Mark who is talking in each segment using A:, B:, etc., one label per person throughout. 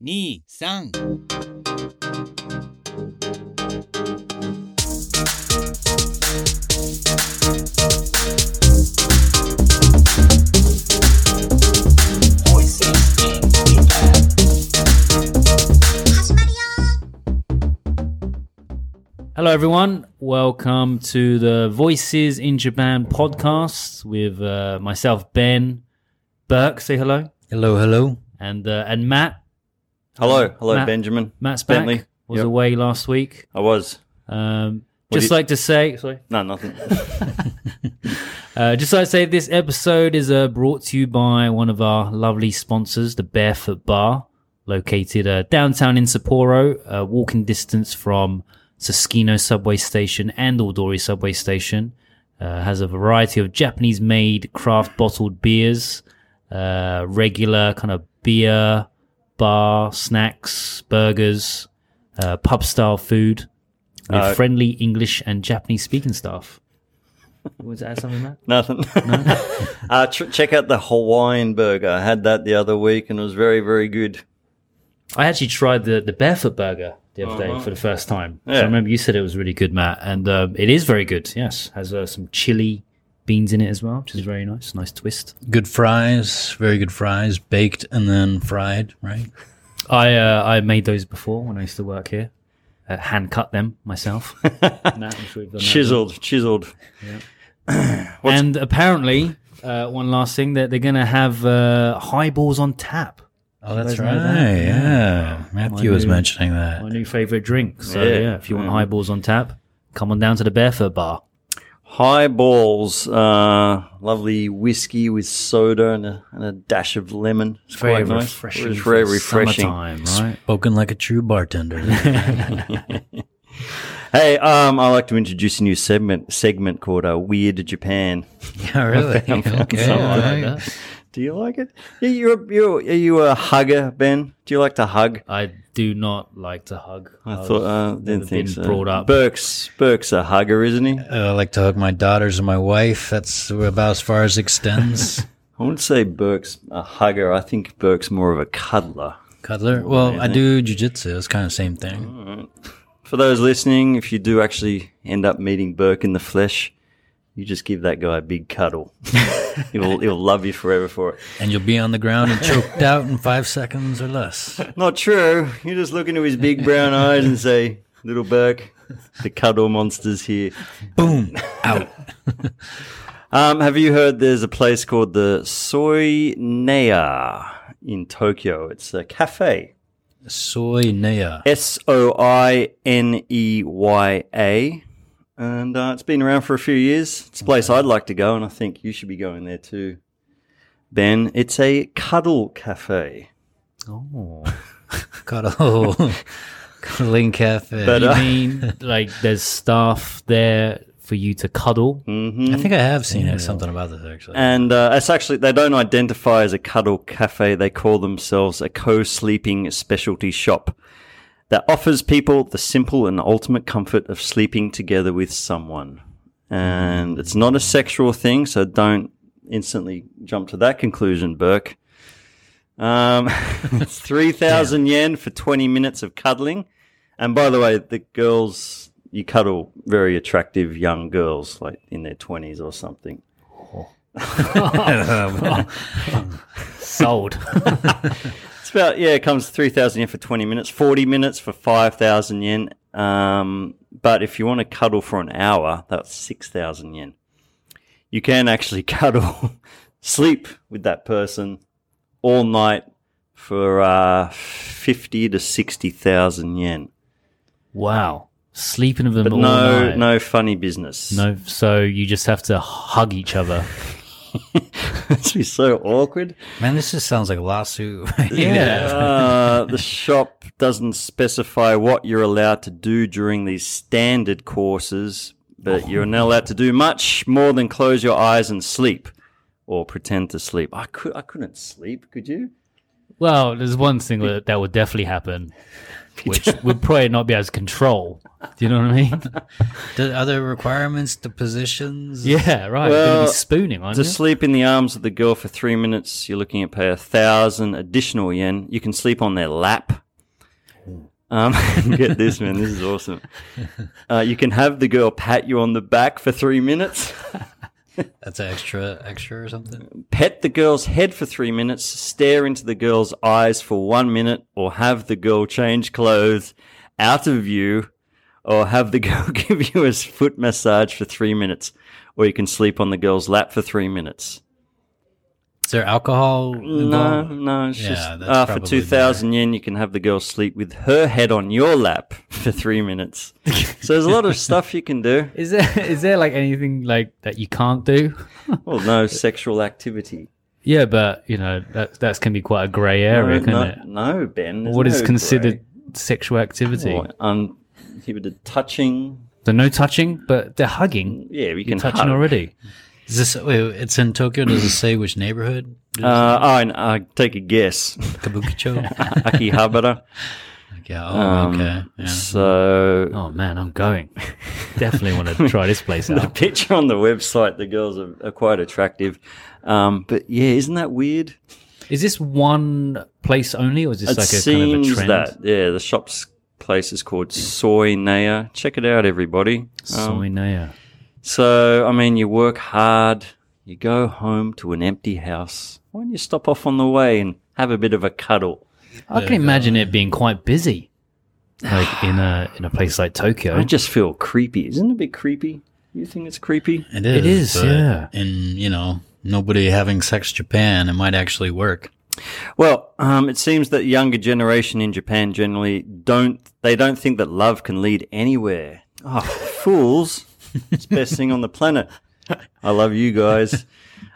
A: 123
B: 始まるよ
C: Hello, everyone. Welcome to the Voices in Japan podcast with uh, myself, Ben Burke. Say hello,
D: Hello, hello.
C: and uh, and Matt.
E: Hello, hello,
C: Um, Matt-
E: Benjamin.
C: Matt's back.
E: Bentley.
C: Was
E: Yep.
C: away last week.
E: I was.
C: Um,
E: What
C: just
E: do you-
C: like to say, sorry.
E: No, nothing.
C: Uh, just like to say, this episode is uh, brought to you by one of our lovely sponsors, the Barefoot Bar, located uh, downtown in Sapporo, uh, walking distance from Susquino subway station and Aldori subway station. Uh, has a variety of Japanese-made craft bottled beers, uh, regular kind of beer, bar, snacks, burgers, uh, pub-style food, with
E: Uh,
C: friendly English and Japanese-speaking staff. Was that something, Matt?
E: nothing. uh, tr- check out the Hawaiian burger. I had that the other week and it was very, very good.
C: I actually tried the, the barefoot burger the other
D: Oh,
C: day for the first time. So I
E: Yeah.
C: remember you said it was really good, Matt, and um, it is very good. Yes, has uh, some chili beans in it as well, which is very nice. Nice twist.
D: Good fries, very good fries, baked and then fried, right?
C: I uh, I made those before when I used to work here. Uh, hand cut them myself. Matt, I'm sure you've done that.
E: Chiseled, chiseled.
C: And apparently, uh, one last thing that they're going to have uh, highballs on tap.
D: Oh, that's
C: guys know
D: right.
C: that?
D: Yeah. Matthew
C: My
D: was
C: new-
D: mentioning that.
C: My new favorite drink. So yeah,
E: Yeah.
C: if you want highballs on tap, come on down to the Barefoot Bar.
E: High balls, uh, lovely whiskey with soda and a, and a dash of lemon. It's
C: Very
E: quite nice.
C: refreshing.
E: It's very
C: for
E: refreshing.
C: Summertime, right?
D: Spoken like a true bartender.
E: Hey, um, I'd like to introduce a new segment segment called uh, Weird Japan.
D: yeah, Oh, really. okay.
C: Something
D: all
C: like
D: right.
C: that.
E: Do you like it? Yeah, You're, you're, are you a hugger, Ben? Do you like to hug?
C: I do not like to hug.
E: I thought uh, didn't think
C: Oh, been
E: so.
C: brought up.
E: Burke's Burke's a hugger, isn't he?
D: Uh, I like to hug my daughters and my wife. That's about as far as extends.
E: I wouldn't say Burke's a hugger. I think Burke's more of a cuddler.
D: Cuddler. Well, I do jujitsu. It's kind of the same thing.
E: For those listening, if you do actually end up meeting Burke in the flesh, you just give that guy a big cuddle. he'll he'll love you forever for it.
D: And you'll be on the ground and choked out in five seconds or less.
E: Not true. You just look into his big brown eyes and say, "Little Burke, the cuddle monster's here."
D: Boom. Out.
E: Um, have you heard there's a place called the Soinea in Tokyo? It's a cafe.
D: Soy Nea.
E: S O I N E Y A. And uh, it's been around for a few years. It's a place I'd like to go, and I think you should be going there too, Ben. It's a cuddle cafe.
C: Oh,
D: Cuddle. Cuddling cafe.
E: But,
C: you
E: uh,
C: mean like there's staff there for you to cuddle?
D: I think I have seen it, something about this actually.
E: And uh, it's actually, they don't identify as a cuddle cafe. They call themselves a co sleeping specialty shop that offers people the simple and ultimate comfort of sleeping together with someone. And it's not a sexual thing, so don't instantly jump to that conclusion, Burke. Um, it's 3,000 yen for 20 minutes of cuddling. And by the way, the girls, you cuddle very attractive young girls, like in their 20s or something.
C: Sold.
E: It's about yeah, it comes three thousand yen for twenty minutes, forty minutes for five thousand yen. Um, but if you want to cuddle for an hour, that's six thousand yen. You can actually cuddle, sleep with that person all night for uh, fifty to sixty thousand yen.
C: wow, sleeping with them
E: But
C: all
E: no,
C: night.
E: no funny business.
C: no. So you just have to hug each other.
E: it's be so awkward.
D: Man, this just sounds like a lawsuit.
E: Uh, the shop doesn't specify what you're allowed to do during these standard courses, but you're not allowed to do much more than close your eyes and sleep or pretend to sleep. I could I couldn't sleep, could you?
C: Well, there's one thing that that would definitely happen. which we'd probably not be able to control. Do you know what I mean?
D: The other requirements, the positions.
C: Yeah, right. You're
E: Well,
C: gonna be spooning, aren't
E: To
C: you?
E: sleep in the arms of the girl for three minutes, you're looking at pay a thousand additional yen. You can sleep on their lap. Um, get this, man. This is awesome. Uh, you can have the girl pat you on the back for three minutes,
D: That's extra, extra or something.
E: pet the girl's head for three minutes, stare into the girl's eyes for one minute, or have the girl change clothes out of view, or have the girl give you a foot massage for three minutes, or you can sleep on the girl's lap for three minutes.
D: Is there alcohol?
E: No,
D: Involved?
E: no, it's
D: Yeah,
E: just
D: that's
E: uh, for
D: probably
E: 2,000 yen, you can have the girl sleep with her head on your lap for three minutes. so there's a lot of stuff you can do.
C: Is there is there like anything like that you can't do?
E: Well, no sexual activity.
C: Yeah, but you know that that can be quite a grey area,
E: no,
C: can
E: no,
C: it?
E: no, Ben. there's
C: What is
E: no
C: considered sexual activity?
E: grey. Or Unprohibited touching.
C: So no touching, but they're hugging.
E: Yeah, we
C: You're
E: can
C: touching
E: hug.
C: already.
D: Is this? Wait, it's in Tokyo. Does it say which neighborhood?
E: Uh, oh, and uh, take a guess.
D: Kabukicho.
E: Akihabara.
D: yeah. Oh,
E: Um,
D: okay. Yeah.
E: So
C: Oh man, I'm going. Definitely want to try this place
E: the
C: out.
E: picture on the website, the girls are, are quite attractive. Um, but yeah, isn't that weird?
C: Is this one place only, or is this
E: it
C: like a kind
E: seems
C: of a trend?
E: that um, yeah, the shop's place is called Soy Naya. Check it out, everybody. Um,
C: Soy Naya.
E: so I mean, you work hard, you go home to an empty house. Why don't you stop off on the way and have a bit of a cuddle?
C: I can imagine it being quite busy, like in a in a place like Tokyo.
E: I just feel creepy. Isn't it a bit creepy? You think it's creepy?
D: It is.
C: is,
D: but
C: yeah.
D: In you know nobody having sex Japan, it might actually work.
E: Well, um, it seems that younger generation in Japan generally don't. They don't think that love can lead anywhere. Oh, fools! It's the best thing on the planet. I love you guys.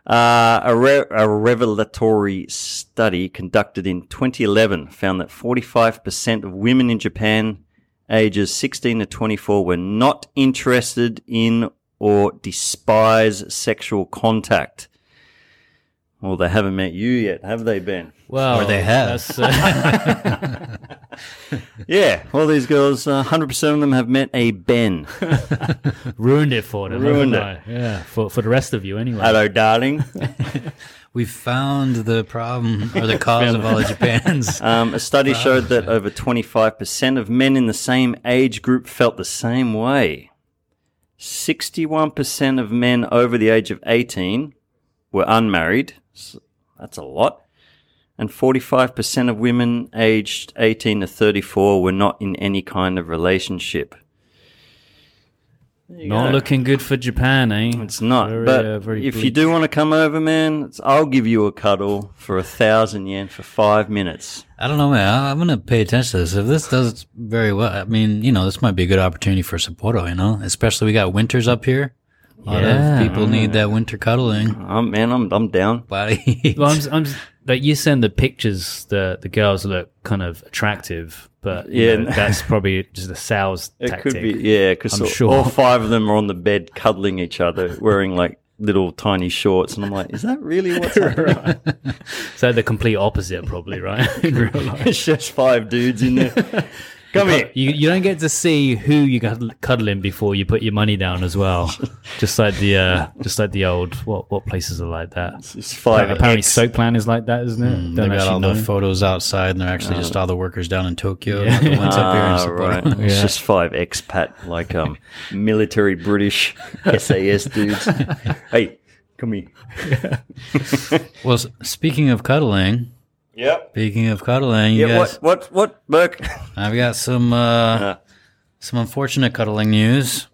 E: Uh, a, re- a revelatory study conducted in 2011 found that 45% of women in Japan, ages 16 to 24, were not interested in or despise sexual contact. Well, they haven't met you yet, have they, Ben?
C: well,
D: Or they have.
C: that's, uh,
E: Yeah, all these girls, uh, 100% of them have met a Ben.
C: ruined it for them.
E: Ruined
C: haven't I? Yeah, for for the rest of you anyway.
E: Hello, darling.
D: We found the problem or the cause of all of Japan's.
E: Um, a study showed that over 25% of men in the same age group felt the same way. 61% of men over the age of 18 were unmarried. S- That's a lot. And 45% of women aged 18 to 34 were not in any kind of relationship. There you
C: Not
E: go.
C: looking good for Japan, eh?
E: It's not.
C: Very,
E: but
C: uh, very
E: if you
C: bleak.
E: do want to come over, man, it's, I'll give you a cuddle for a thousand yen for five minutes.
D: I don't know, man. I, I'm gonna pay attention to this. If this does very well, I mean, you know, this might be a good opportunity for Sapporo. You know, especially we got winters up here. A lot
C: Yeah.
D: of people need that winter cuddling.
E: Um, man, I'm I'm down.
D: Body.
C: Well, I'm, s- I'm s- like you send the pictures. The the girls look kind of attractive, but yeah,
E: Yeah.
C: that's probably just a sales
E: It
C: tactic.
E: could be, yeah, because
C: I'm
E: all,
C: sure.
E: all five of them are on the bed cuddling each other, wearing like little tiny shorts, and I'm like, is that really what's happening?
C: So the complete opposite, probably, right? In real life.
E: it's just five dudes in there. Come here.
C: You, you don't get to see who you cuddle- cuddling before you put your money down as well. just like the uh, just like the old what what places are like that.
E: It's five.
C: Apparently, soap plan is like that, isn't it?
D: Uh, Hmm, They
C: don't
D: got
C: actually
D: all
C: know. Uh,
D: the photos outside, and they're actually just all the workers down in Tokyo, not the ones up here in
E: Ah,
D: Sapporo.
E: right. It's just five expat, like um, military British SAS dudes. hey, come here.
D: Well, s- speaking of cuddling,
E: Yep.
D: speaking of cuddling, you
E: Yeah,
D: guys,
E: what, Uh-huh. what, what, Burke?
D: I've got some uh, some unfortunate cuddling news.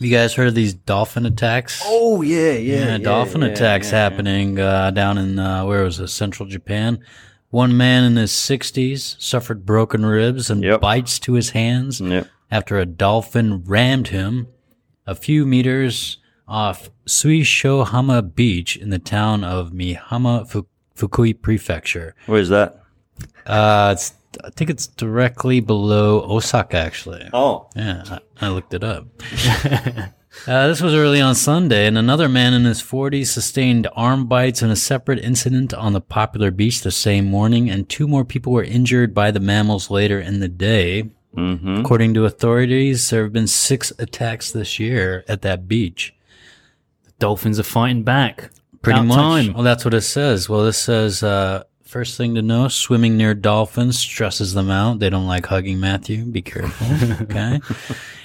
D: You guys heard of these dolphin attacks?
E: Oh, yeah, yeah.
D: yeah, dolphin attacks happening uh, down in uh, where was it? Central Japan. One man in his 60s suffered broken ribs and
E: Yep.
D: bites to his hands
E: Yep.
D: after a dolphin rammed him a few meters off Suishohama Beach in the town of Mihama, Fu- Fukui Prefecture.
E: Where's that?
D: Uh, it's, I think it's directly below Osaka, actually.
E: Oh,
D: Yeah, I, I looked it up. Uh, this was early on Sunday, and another man in his 40s sustained arm bites in a separate incident on the popular beach the same morning, and two more people were injured by the mammals later in the day.
E: hmm
D: According to authorities, there have been six attacks this year at that beach.
C: Dolphins are fighting back.
D: Pretty
C: About
D: much.
C: Time.
D: Well, that's what it says. Well, this says uh, first thing to know: swimming near dolphins stresses them out. They don't like hugging Matthew. Be careful. okay,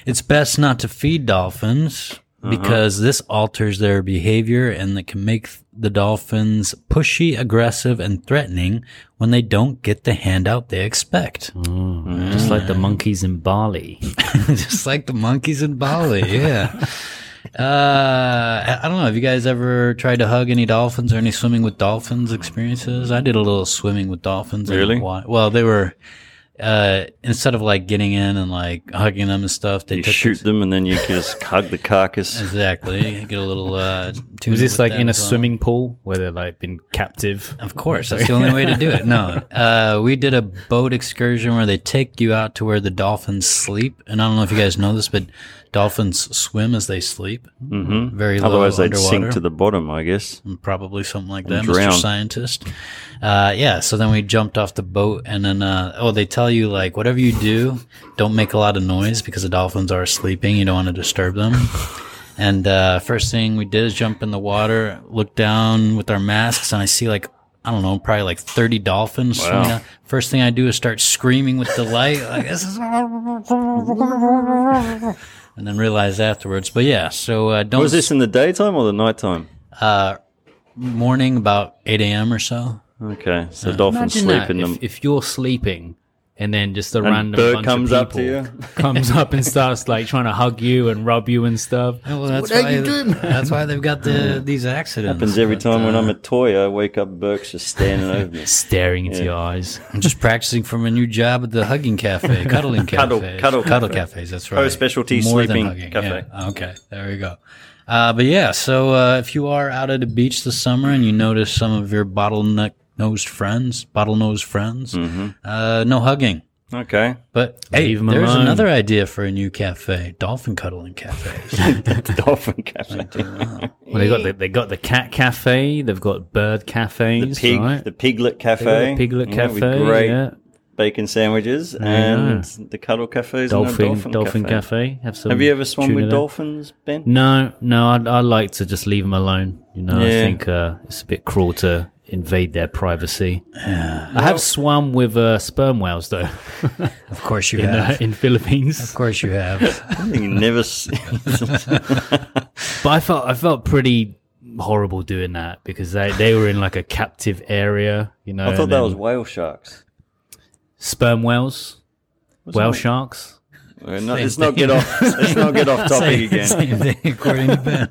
D: it's best not to feed dolphins because this alters their behavior and it can make the dolphins pushy, aggressive, and threatening when they don't get the handout they expect.
C: Just like the monkeys in Bali.
D: just like the monkeys in Bali. Yeah. Uh, I- I don't know. Have you guys ever tried to hug any dolphins or any swimming with dolphins experiences? I did a little swimming with dolphins. in
E: Really?
D: Hawaii. Well, they were, uh, instead of like getting in and like hugging them and stuff, they
E: You
D: took
E: shoot them and then you just hug the carcass.
D: Exactly. Get a little, uh, tune
A: Was
D: with
A: this like
D: that
A: in a
D: as well.
A: swimming pool where they're like been captive?
D: Of course, that's the only way to do it. No, uh, we did a boat excursion where they take you out to where the dolphins sleep, and I don't know if you guys know this, but dolphins swim as they sleep. Mm-hmm. Very low
E: Otherwise, they'd
D: underwater,
E: sink to the bottom, I guess.
C: Mm-hmm.
D: probably something like that,
E: drown.
D: Mr. Scientist. Uh, yeah. So then we jumped off the boat, and then uh, oh, they tell you like whatever you do, don't make a lot of noise because the dolphins are sleeping. You don't want to disturb them. And uh, first thing we did is jump in the water, look down with our masks, and I see like I don't know, probably like thirty dolphins. swimming down. First thing I do is start screaming with delight, like this is, and then realize afterwards. But yeah, so uh, don't
E: Was this in the daytime or the nighttime?
D: morning about eight a.m. or so.
E: Okay, so dolphins
C: Imagine
E: sleep
C: that.
E: in them.
C: If, if you're sleeping and then just a
E: a
C: random
E: bird
C: bunch
E: comes
C: of
E: up
C: people
E: to you.
C: comes up and starts like trying to hug you and rub you and stuff.
D: Well, that's why that's why they've got the these accidents.
E: happens every
D: But,
E: time when
D: uh,
E: I'm at Toy, I wake up, Burke's just standing over me.
C: Staring into your eyes.
D: I'm just practicing for my new job at the hugging cafe, cuddling cafe,
E: Cuddle- cuddle cafe. Oh,
D: cafes. That's right.
E: specialty sleeping cafe.
D: yeah. Okay, there we go. Uh, but yeah, so uh, if you are out at a beach this summer and you notice some of your bottleneck nosed friends, bottlenose friends,
E: Mm-hmm.
D: uh, no hugging.
E: Okay,
D: But hey,
C: Leave 'em
D: there's
C: alone.
D: another idea for a new cafe: dolphin cuddling cafes.
E: the dolphin cafe.
C: Well, they got the, they got the cat cafe. They've got bird
E: The
C: cafes.
E: pig,
C: right?
E: the piglet cafe,
C: They've got the piglet
E: you know,
C: cafe.
E: with great
C: yeah.
E: bacon sandwiches, and the cuddle cafes, and the
C: Dolphin
E: dolphin,
C: dolphin
E: cafe.
C: cafe. Have some.
E: Have you ever swum
C: tuna
E: with
C: there.
E: dolphins, Ben?
C: No, no. I I like to just leave them alone. You know, I
E: Yeah.
C: think uh, it's a bit cruel to invade their privacy. I have swum with uh, sperm whales though
D: of course you
C: in uh,
D: have.
C: in Philippines.
D: Of course you have.
E: I think you never. s-
C: But I felt I felt pretty horrible doing that because they, they were in like a captive area, you know.
E: I thought
C: and
E: that
C: then
E: was whale sharks.
C: sperm whales, whale
E: it?
C: sharks.
E: We're not- Uh, let's not get off. Let's not get off topic again.
D: Same thing, according to Ben.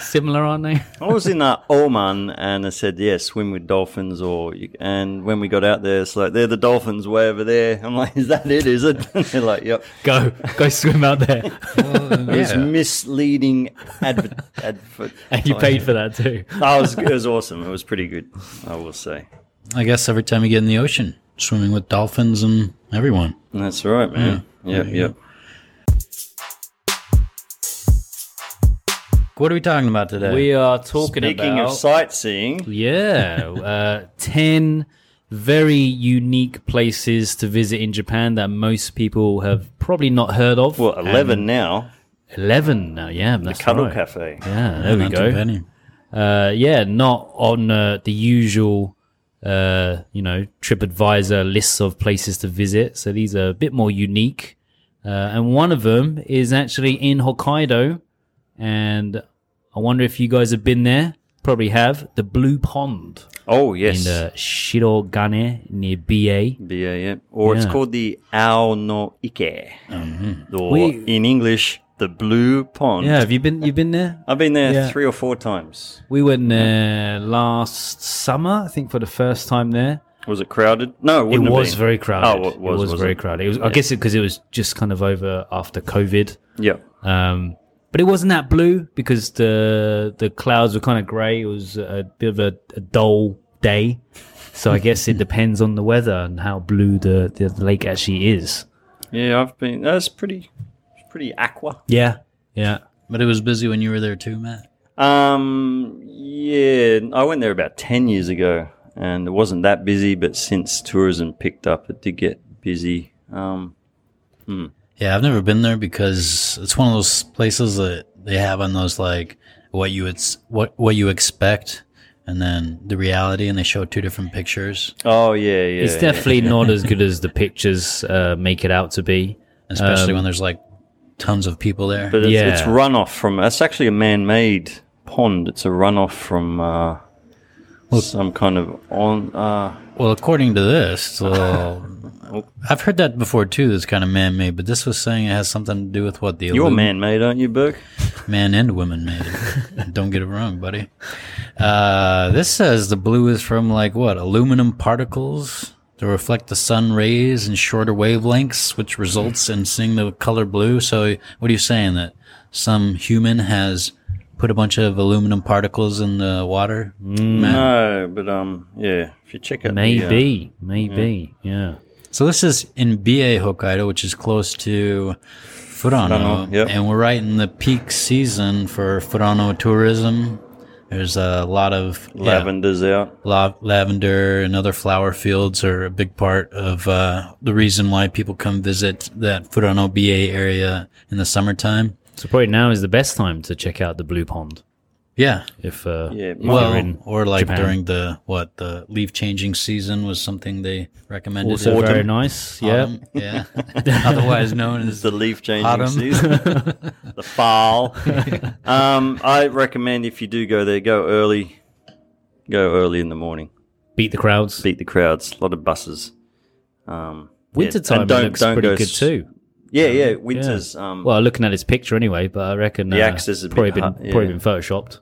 C: Similar, aren't they?
E: I was in uh, Oman and I said, yeah, swim with dolphins. Or you- and when we got out there, it's like they're the dolphins way over there. I'm like, is that it? Is it? And they're like, yep.
C: Go go swim out there.
E: It's misleading advert. advert-
C: and you paid for that too.
E: I was, it was awesome. It was pretty good, I will say.
D: I guess every time you get in the ocean, swimming with dolphins and everyone.
E: That's right, man. Yep, yep.
D: What are we talking about today?
C: We are talking
E: Speaking
C: about
E: of sightseeing,
C: yeah, uh, ten very unique places to visit in Japan that most people have probably not heard of.
E: well,
C: And
E: 11 now,
C: Eleven now, yeah, that's
E: Cuddle
C: right.
E: Cafe.
C: Yeah, there we
D: Not
C: go.
D: too many.
C: uh, yeah, not on uh, the usual, uh, you know, TripAdvisor lists of places to visit. So these are a bit more unique. Uh, and one of them is actually in Hokkaido. And I wonder if you guys have been there. Probably have. The Blue Pond
E: Oh,
C: in
E: yes.
C: uh, Shirogane near BA.
E: Yeah, yeah. Or it's
C: Yeah.
E: called the Ao no Ike. Or
C: We-
E: in English, the Blue Pond.
C: Yeah, have you been? You've been there?
E: I've been there
C: Yeah.
E: three or four times.
C: We went there last summer, I think, for the first time there.
E: Was it crowded? No, it,
C: it
E: wouldn't have
C: was
E: been.
C: very crowded.
E: Oh, it was, was
C: very
E: it?
C: crowded. It was, I guess, because it, was just kind of over after COVID.
E: Yeah.
C: Um, but it wasn't that blue because the the clouds were kind of grey. It was a bit of a, a dull day, so I guess it depends on the weather and how blue the, the lake actually is.
E: uh, Yeah, I've been. That's pretty, pretty aqua.
C: Yeah, Yeah.
D: But it was busy when you were there too, Matt.
E: Um, yeah, I went there about 10 years ago and it wasn't that busy, but since tourism picked up, it did get busy. Um,
D: Yeah, I've never been there because it's one of those places that they have on those like what you it's what what you expect and then the reality, and they show two different pictures,
E: oh, yeah, yeah.
C: It's
E: yeah.
C: definitely not as good as the pictures uh, make it out to be.
D: especially
C: Um,
D: when there's like tons of people there.
E: But it's, it's
C: Yeah.
E: runoff from, it's actually a man made pond. It's a runoff from uh, some kind of on. Uh,
D: Well, according to this, it's a little- I've heard that before too. This kind of man-made, but this was saying it has something to do with what the
E: you're
D: allu-
E: man made, aren't you, Burke?
D: man and woman made. Don't get it wrong, buddy. Uh, this says the blue is from like what aluminum particles to reflect the sun rays in shorter wavelengths, which results in seeing the color blue. So, what are you saying that some human has put a bunch of aluminum particles in the water? Man.
E: No, but um, yeah, if you check out. the, uh,
C: Maybe, maybe, yeah.
D: So this is in Ba Hokkaido, which is close to Furano,
E: Furano, yep.
D: and we're right in the peak season for Furano tourism. There's a lot of yeah,
E: Lavender's out.
D: la- lavender and other flower fields are a big part of uh, the reason why people come visit that Furano Ba area in the summertime.
C: So probably now is the best time to check out the blue pond.
D: Yeah.
C: If uh,
E: Yeah,
C: if
E: might
C: you're
D: Well,
C: in
D: or like
C: Japan.
D: during the what the leaf changing season was something they recommended.
C: also
D: every
C: very nice. Yeah,
D: autumn. yeah. Otherwise known as
E: the leaf changing
D: Autumn.
E: season, the fall. um, I recommend if you do go there, go early. Go early in the morning.
C: beat the crowds.
E: Beat the crowds. A lot of buses. Um, yeah,
C: Wintertime
E: and
C: it looks pretty
E: go
C: good
E: s-
C: too.
E: Yeah, yeah. Winters. Um,
C: Well, looking at his picture anyway, but I reckon
E: The
C: uh,
E: axe is a bit
C: probably been
E: hard, yeah.
C: probably been photoshopped.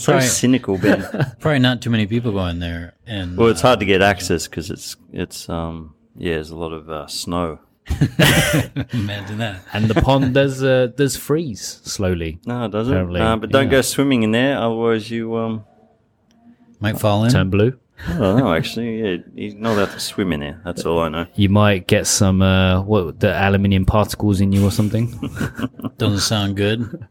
E: so cynical, Ben.
D: Probably not too many people going there. And
E: well, it's hard to get access because it's it's um yeah, there's a lot of uh, snow.
D: imagine that.
C: And the pond does uh, does freeze slowly,
E: No, it doesn't.
C: Apparently,
E: Uh, but don't go swimming in there, otherwise you um.
D: Might fall in.
C: turn blue.
E: I don't know. Actually, yeah, you're not allowed to swim in there. That's all I know.
C: You might get some uh, what the aluminium particles in you or something.
D: Doesn't sound good.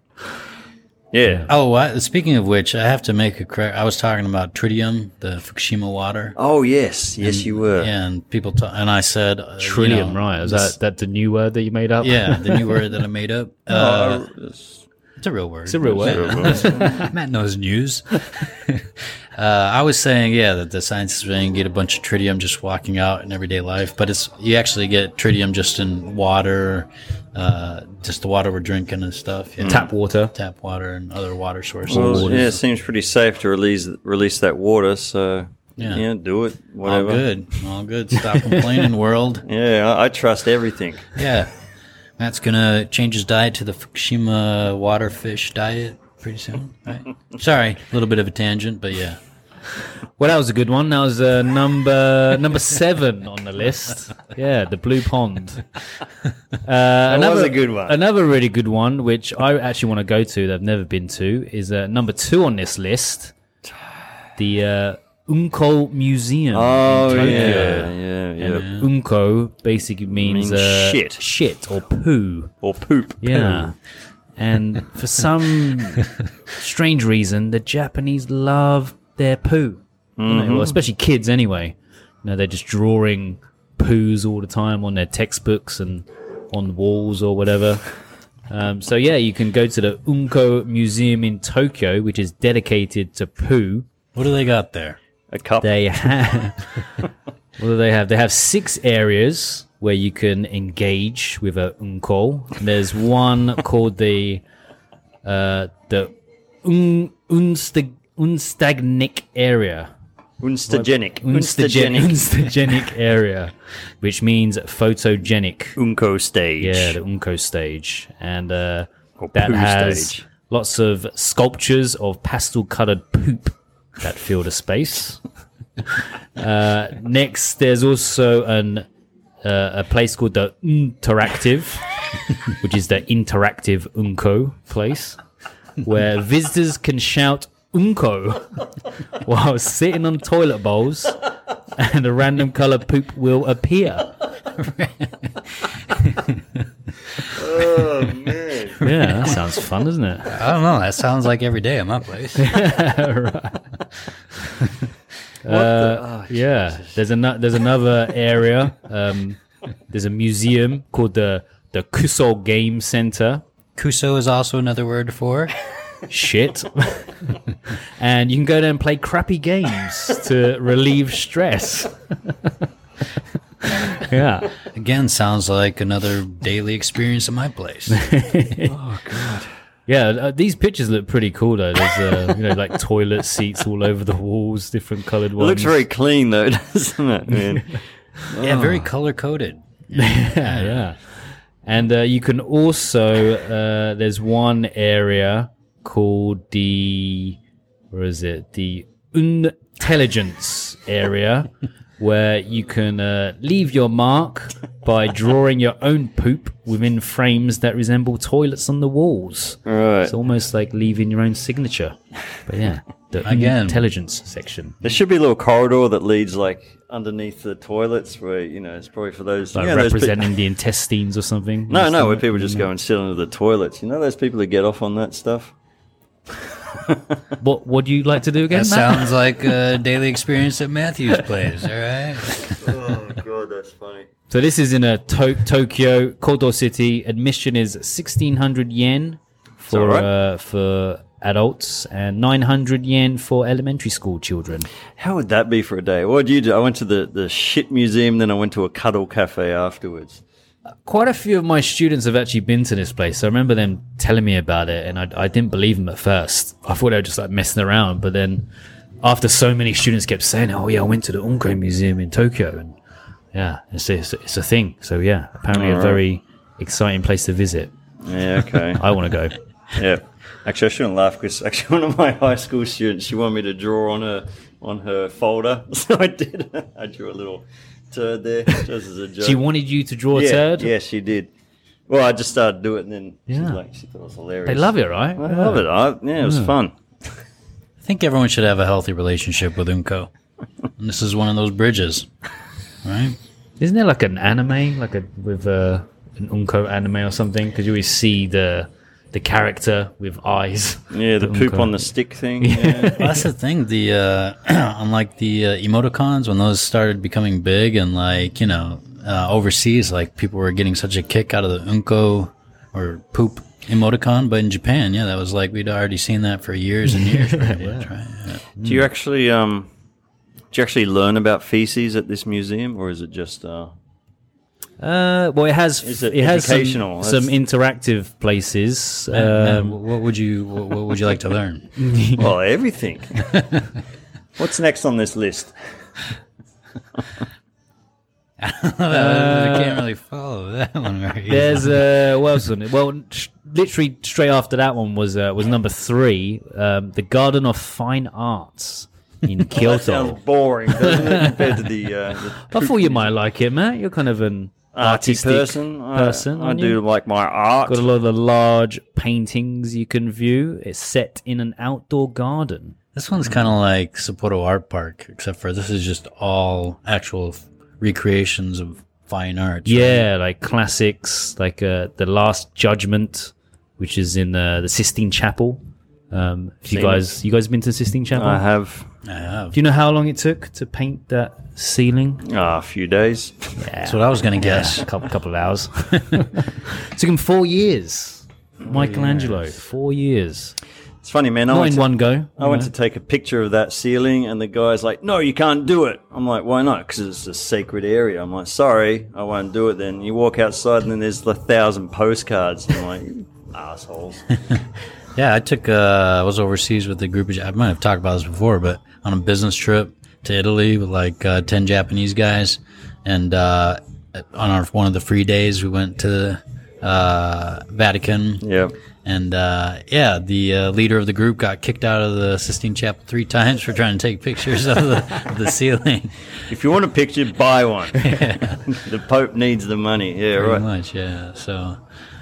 E: Yeah.
D: Oh, I, speaking of which, I have to make a correct. I was talking about tritium, the Fukushima water.
E: Oh yes, yes, you were.
D: And people ta- and I said uh, you
C: Trillium,
D: know,
C: right? Is
D: this-
C: that that the new word that you made up?
D: yeah, the new word that I made up. Uh, it's a real word.
C: it's a real word.
D: Matt knows news. uh, I was saying, yeah, that the scientists are saying get a bunch of tritium just walking out in everyday life, but it's you actually get tritium just in water, uh, just the water we're drinking and stuff. Yeah.
C: Tap water.
D: tap water and other water sources.
E: Well, yeah, it seems pretty safe to release release that water. So
D: Yeah.
E: yeah, do
C: Oh,
E: it.
D: all
E: Whatever.
D: good, all good. Stop complaining, world.
E: Yeah, I, I trust everything.
D: Yeah, Matt's gonna change his diet to the Fukushima water fish diet pretty soon. Right? Sorry, a little bit of a tangent, but yeah.
C: Well, that was a good one. That was uh, number number seven on the list. Yeah, the blue pond. Uh, another
E: was a good one.
C: Another really good one, which I actually want to go to that I've never been to, is uh, number two on this list. The uh, Unko Museum.
E: Oh
C: in Tokyo.
E: yeah, yeah, yeah.
C: Unko basically means,
E: Means
C: uh,
E: shit.
C: shit or poo.
E: Or poop.
C: Yeah. And for some strange reason, the Japanese love their poo. You know, well, especially kids anyway. You know, they're just drawing poos all the time on their textbooks and on walls or whatever. Um, so yeah, you can go to the Unko Museum in Tokyo, which is dedicated to poo.
D: What do they got there?
E: A cup.
C: They have. what do they have? They have six areas where you can engage with a unko. There's one called the uh, the un, unstag, unstagnic area.
E: Unstagenic.
C: Unstagenic area, which means photogenic.
E: Unco stage.
C: Yeah, the Unco stage, and uh,
E: Or
C: that
E: poo
C: has
E: stage.
C: lots of sculptures of pastel-colored poop that fill the space. uh, next, there's also an uh, a place called the Interactive, which is the interactive Unco place, where visitors can shout Unco while sitting on toilet bowls, and a random color poop will appear.
E: Oh man.
C: Yeah, that sounds fun, doesn't it?
D: I don't know. That sounds like every day at my place.
C: Uh, yeah, there's another there's another area. Um, there's a museum called the the Kusol Game Center.
D: Kuso is also another word for.
C: Shit, and you can go there and play crappy games to relieve stress. yeah,
D: Again, sounds like another daily experience at my place.
C: yeah. Uh, these pictures look pretty cool though. There's uh, you know like toilet seats all over the walls, different colored
E: It
C: ones.
E: looks very clean though, doesn't it, man?
D: yeah, very color coded.
C: yeah, yeah. And uh, you can also uh, there's one area called the where is it the intelligence area where you can uh, leave your mark by drawing your own poop within frames that resemble toilets on the walls.
E: Right.
C: It's almost like leaving your own signature. But yeah, the
D: Again.
C: intelligence section.
E: There should be a little corridor that leads like underneath the toilets where, you know, it's probably for those
C: Like
E: you know, those pe-
C: representing the intestines or something.
E: No, no, where people just go and sit under the toilets. You know those people that get off on that stuff?
C: What What do you like to do again?
D: That
C: Matt?
D: sounds like a daily experience at Matthew's place. All right.
E: oh god, that's funny.
C: So this is in a to- Tokyo, Kodo City. Admission is sixteen hundred yen for
E: alright.
C: uh, for adults and nine hundred yen for elementary school children.
E: How would that be for a day? What did you do? I went to the, the shit museum, then I went to a cuddle cafe afterwards.
C: Quite a few of my students have actually been to this place. I remember them telling me about it, and I, I didn't believe them at first. I thought they were just like messing around, but then after so many students kept saying, "Oh yeah, I went to the Onko Museum in Tokyo," and yeah, it's it's, it's a thing. So yeah, apparently a
E: Alright.
C: very exciting place to visit.
E: Yeah, okay.
C: I want to go.
E: yeah. Actually, I shouldn't laugh because actually one of my high school students, she wanted me to draw on her on her folder, so I did. I drew a little turd there, just as a joke.
C: She wanted you to draw a
E: yeah,
C: turd.
E: Yeah, she did. Well, I just started doing it, and then
C: Yeah.
E: she's like, she thought it was hilarious.
C: They love it, right?
E: I love it. I, yeah, it was fun.
D: I think everyone should have a healthy relationship with Unko. And this is one of those bridges. Right?
C: Isn't there like an anime, like a with uh, an unko anime or something? Because you always see the the character with eyes.
E: Yeah, the poop on the stick thing. Yeah.
D: Well, that's the thing. The uh, unlike the uh, emoticons, when those started becoming big and like you know uh, overseas, like people were getting such a kick out of the unko or poop emoticon. But in Japan, yeah, that was like we'd already seen that for years and years. pretty much, right? Yeah.
C: Mm.
E: do you actually um, do you actually learn about feces at this museum, or is it just uh,
C: Uh, well, it has
E: Is
C: it,
E: it
C: has some,
E: educational?
C: some
E: That's-
C: interactive places.
D: Man,
C: Um,
D: wh- what would you wh- What would you like to learn?
E: well everything? What's next on this list?
D: I can't really follow that one very easily.
C: there's uh, what else on it? Well, sh- literally straight after that one was uh, was number three, um, the Garden of Fine Arts in
E: That
C: Kyoto.
E: sounds boring, doesn't it? Compared to the, uh, the
C: I
E: poop
C: thought you might like it, Matt. You're kind of an
E: arty
C: artistic
E: person. I-
C: person,
E: I,
C: aren't you?
E: do like my art.
C: Got a lot of the large paintings you can view. It's set in an outdoor garden.
D: This one's kind of like Sapporo Art Park, except for this is just all actual f- recreations of fine arts.
C: Yeah, like classics, like uh, The Last Judgment, which is in uh, the Sistine Chapel. Um, if you
E: Seen
C: guys, you guys been to Sistine Chapel?
E: I have
D: I have.
C: Do you know how long it took to paint that ceiling?
E: ah, a few days.
D: That's what I was gonna guess.
C: A couple, couple of hours. took him four years. Michelangelo, four years.
E: It's funny, man. I
C: Not
E: went
C: in
E: to-
C: one go.
E: I went to take a picture of that ceiling, and the guy's like, "No, you can't do it." I'm like, "Why not?" Because it's a sacred area. I'm like, "Sorry, I won't do it." Then you walk outside, and then there's a thousand postcards. I'm like, "You "Assholes."
D: Yeah, I took. Uh, I was overseas with a group of. I might have talked about this before, but on a business trip to Italy with like uh, ten Japanese guys, and uh, on our one of the free days, we went to uh, Vatican.
E: yeah.
D: And uh, yeah, the uh, leader of the group got kicked out of the Sistine Chapel three times for trying to take pictures of the, the ceiling.
E: If you want a picture, buy one. the Pope needs the money. Yeah,
D: Pretty
E: right.
D: much, yeah. So,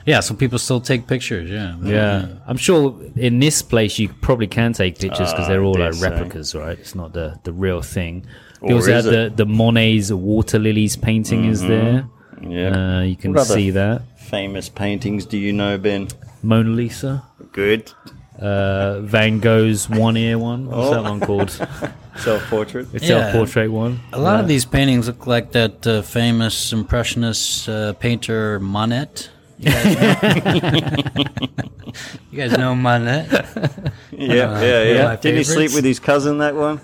D: yeah, so people still take pictures, yeah.
C: Yeah, I'm sure in this place you probably can take pictures because they're all
E: Ah, I dare
C: like
E: say.
C: replicas, right? It's not the the real thing. You
E: Or
C: also
E: is Mm-hmm.
C: have the the Monet's water lilies painting is there.
E: Yeah.
C: Uh, you can
E: What other
C: see that.
E: famous paintings do you know, Ben?
C: Mona Lisa,
E: Good
C: uh, Van Gogh's one ear one. What's
E: Oh.
C: that one called?
E: self portrait.
D: Yeah.
C: It's self portrait one.
D: A lot of these paintings look like that uh, famous impressionist uh, painter Monet. You guys know, you guys know Monet?
E: Yeah, yeah,
D: one of
E: yeah.
D: my
E: Didn't he sleep
D: favorites.
E: with his cousin? That one.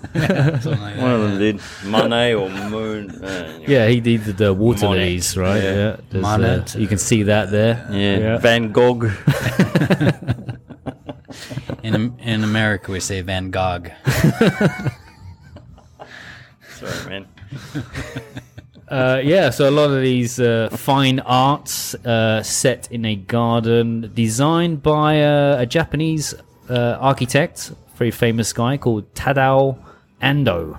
D: Something like
E: One of
D: that.
E: them did. Monet or Moon. uh,
C: Yeah, he did the, the water
E: Monet.
C: lilies, right? Yeah, There's, uh,
D: Monet.
C: you can see that there.
E: yeah. Van Gogh.
D: In, in America, we say Van Gogh.
E: Sorry, man.
C: Uh, yeah, so a lot of these uh, fine arts uh, set in a garden, designed by uh, a Japanese uh, architect, very famous guy called Tadao Ando.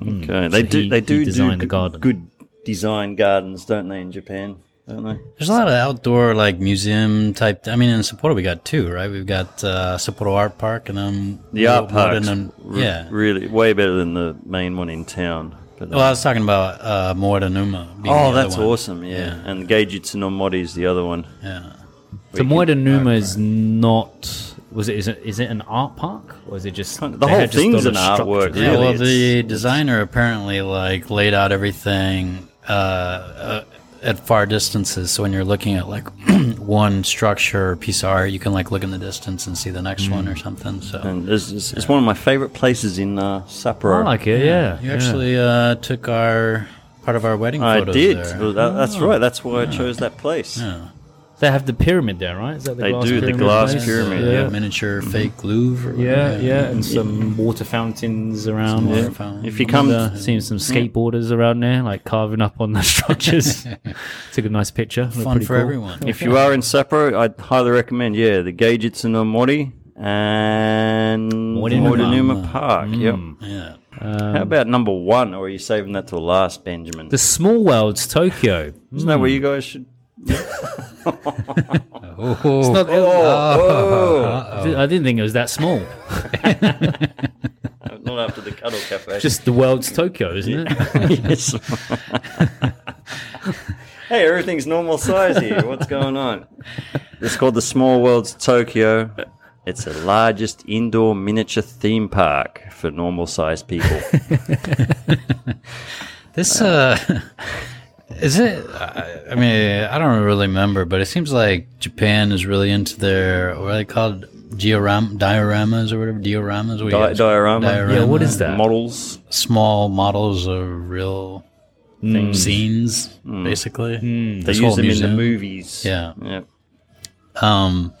E: Okay, they
C: So
E: do.
C: he-
E: they
C: he
E: do do
C: designed the
E: good,
C: garden.
E: good design gardens, don't they? In Japan, don't they?
D: There's a lot of outdoor, like museum type. I mean, in Sapporo, we got two, right? We've got uh, Sapporo Art Park and then
E: The art park,
D: And then, yeah.
E: really way better than the main one in town. But,
D: Well, I was talking about uh, Moedanuma. being
E: oh,
D: the other
E: that's
D: one.
E: awesome! Yeah, and Geijutsu no Mori is the other one.
D: Yeah.
C: So Moida Numa is not. Was it? Is it? Is it an art park, or is it just
E: Kind of-
C: they
E: the whole
C: had just
E: thing's
C: a
E: an
C: structure?
E: artwork,
D: Yeah,
E: Really,
D: well,
E: it's-
D: the designer apparently like laid out everything uh, uh, at far distances. So when you're looking at like one structure or piece of art, you can like look in the distance and see the next
E: Hmm.
D: one or something. So
E: And it's, it's, it's one of my favorite places in uh, Sapporo.
C: I like it. Yeah,
D: you
C: yeah.
D: actually uh, took our part of our wedding
E: I
D: photos
E: did.
D: there. Oh.
E: Well, that- that's right. That's why I chose that place.
C: they have the pyramid there, right? Is that the
E: They
C: glass
E: do, the
C: pyramid
E: glass
C: place?
E: pyramid,
D: Yeah,
E: yeah. Mm-hmm.
D: miniature fake Louvre. or
C: Yeah,
D: whatever.
C: yeah, and some water fountains around.
D: Water
C: Yeah.
D: fountain.
E: If you come,
C: Uh, seen some skateboarders around there, like carving up on the structures. Took a nice picture. Looked
D: fun
C: pretty
D: for
C: cool.
D: everyone.
E: if you are in Sapporo, I'd highly recommend. Yeah, the Geijutsu no Mori and
C: Morinuma.
E: Morinuma Park.
D: Hmm.
E: Yep.
D: yeah.
E: How about number one, or are you saving that to the last, Benjamin?
C: The Small Worlds, Tokyo.
E: Isn't that where you guys should?
D: Oh,
C: Not-
E: Oh,
C: I di- I didn't think it was that small.
E: not after the Cuddle Cafe.
C: Just the world's Tokyo, isn't it?
E: Yes. hey, everything's normal size here. What's going on? It's called the Small World's Tokyo. It's the largest indoor miniature theme park for normal sized people.
D: This uh, is it? I, I mean, I don't really remember, but it seems like Japan is really into their what are they called? Dioram, dioramas or whatever dioramas. We
E: Di- diorama.
D: Diorama.
C: yeah, what is that?
E: Models.
D: small models of real scenes, basically.
E: Hmm. They
D: This
E: use
D: whole
E: them in
D: museum.
E: the movies.
D: Yeah.
E: Yep.
D: Um,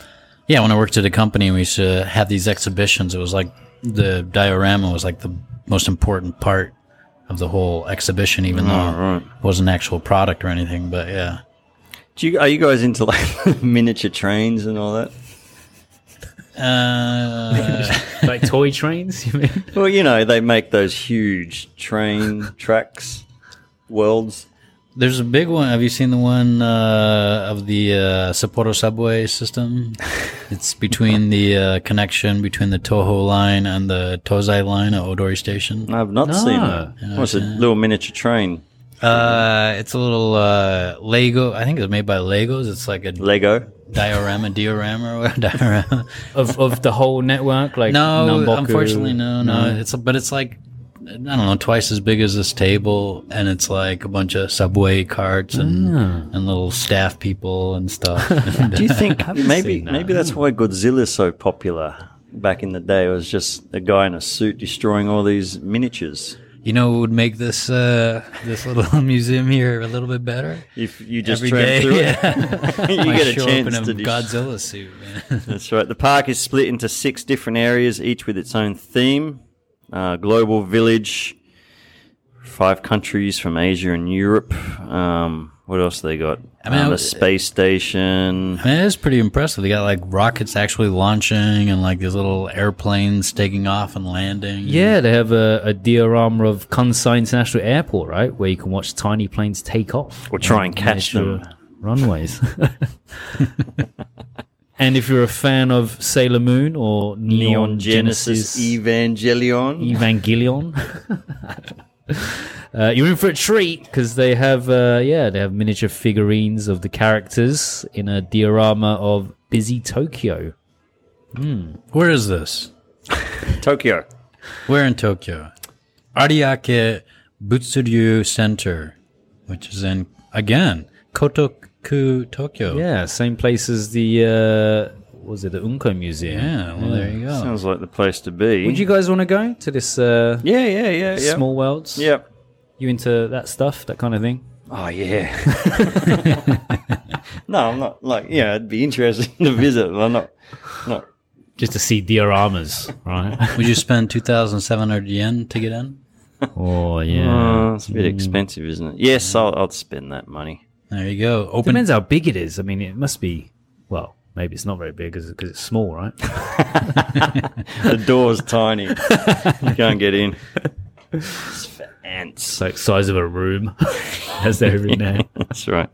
D: yeah, when I worked at a company, we used to have these exhibitions. It was like the diorama was like the most important part of the whole exhibition,
E: Oh,
D: even though it wasn't an actual product or anything. But yeah.
E: Do you, are you guys into like miniature trains and all that?
D: Uh,
C: like toy trains, you mean?
E: Well, you know, they make those huge train tracks, worlds.
D: There's a big one. Have you seen the one uh, of the uh, Sapporo subway system? It's between the uh, connection between the Toho line and the Tozai line at Odori Station.
E: I've not seen that. What's a little miniature train?
D: Uh, it's a little uh, Lego. I think it was made by Legos. It's like a
E: Lego.
D: diorama, diorama, or whatever, diorama.
C: Of of the whole network, like
D: No,
C: Namboku.
D: unfortunately, no, no. It's but it's like I don't know, twice as big as this table, and it's like a bunch of subway carts and and little staff people and stuff. And,
E: Do you think maybe
C: seen that.
E: maybe that's why Godzilla's so popular? Back in the day, it was just a guy in a suit destroying all these miniatures.
D: you know, what would make this uh, this little museum here a little bit better.
E: If you just
D: Every
E: tramp
D: day,
E: through it, you
D: Might
E: get a
D: show up
E: chance
D: in
E: to
D: a
E: do.
D: Godzilla suit. Man.
E: That's right. The park is split into six different areas, each with its own theme. Uh, global village, five countries from Asia and Europe. Um, what else they got? I
D: mean, I
E: the
D: was-
E: space station.
D: I mean, it is pretty impressive. They got like rockets actually launching and like these little airplanes taking off and landing.
C: Yeah, they have a, a diorama of Kansai International Airport, right, where you can watch tiny planes take off.
E: Or try and catch
C: miniature
E: them.
C: Runways. and if you're a fan of Sailor Moon or Neon,
E: Neon Genesis,
C: Genesis, E-
E: Evangelion.
C: Evangelion, uh, you're in for a treat because they have, uh, yeah, they have miniature figurines of the characters in a diorama of busy Tokyo.
D: Where is this?
E: Tokyo.
D: We're in Tokyo. Ariake Butsuryu Center, which is in, again, Kotoku, Tokyo.
C: Yeah, same place as the uh, what was it the Unko Museum?
D: Yeah, well, there you go.
E: Sounds like the place to be.
C: Would you guys want to go to this uh,
E: yeah, yeah, yeah, yeah.
C: small worlds?
E: Yeah.
C: you into that stuff, that kind of thing?
E: Oh yeah. no, I'm not like yeah. It'd be interesting to visit. But I'm not. Not.
C: Just to see dioramas, right?
D: Would you spend 2,700 yen to get in?
C: oh yeah.
E: Uh, it's a bit expensive, isn't it? Yes, I'll, I'll spend that money.
D: There you go. Open.
C: Depends how big it is. I mean, it must be. Well, maybe it's not very big because it's small, right?
E: The door's tiny. You can't get in. It's for ants.
C: It's like size of a room, as they're every now.
E: That's right.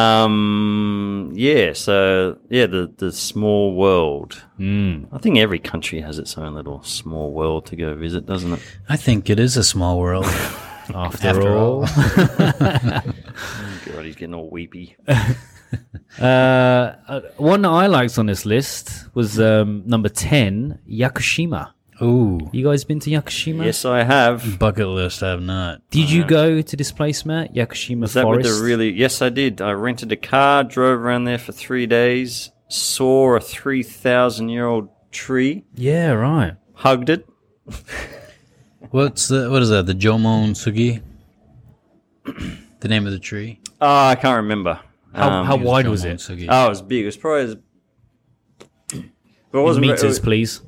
E: Um. Yeah. So yeah, the the small world. Mm. I think every country has its own little small world to go visit, doesn't it?
D: I think it is a small world.
C: After,
D: After
C: all,
D: all.
E: God, he's getting all weepy.
C: Uh, uh, one that I liked on this list was um, number ten, Yakushima.
D: Ooh,
C: You guys been to Yakushima?
E: yes, I have.
D: bucket list. I have not.
C: Did you go to this place, Matt? Yakushima
E: Is that
C: Forest.
E: with the really? Yes, I did. I rented a car, drove around there for three days, saw a three thousand year old tree,
C: yeah, right.
E: hugged it.
D: What's the, what is that? The Jomon Sugi? the name of the tree?
E: Oh, I can't remember.
C: How,
E: Um,
C: how wide was
D: Jomon
C: it?
D: Sugi.
E: Oh, it was big. It was probably. As, but it wasn't.
C: Meters,
E: Meters. It
C: please.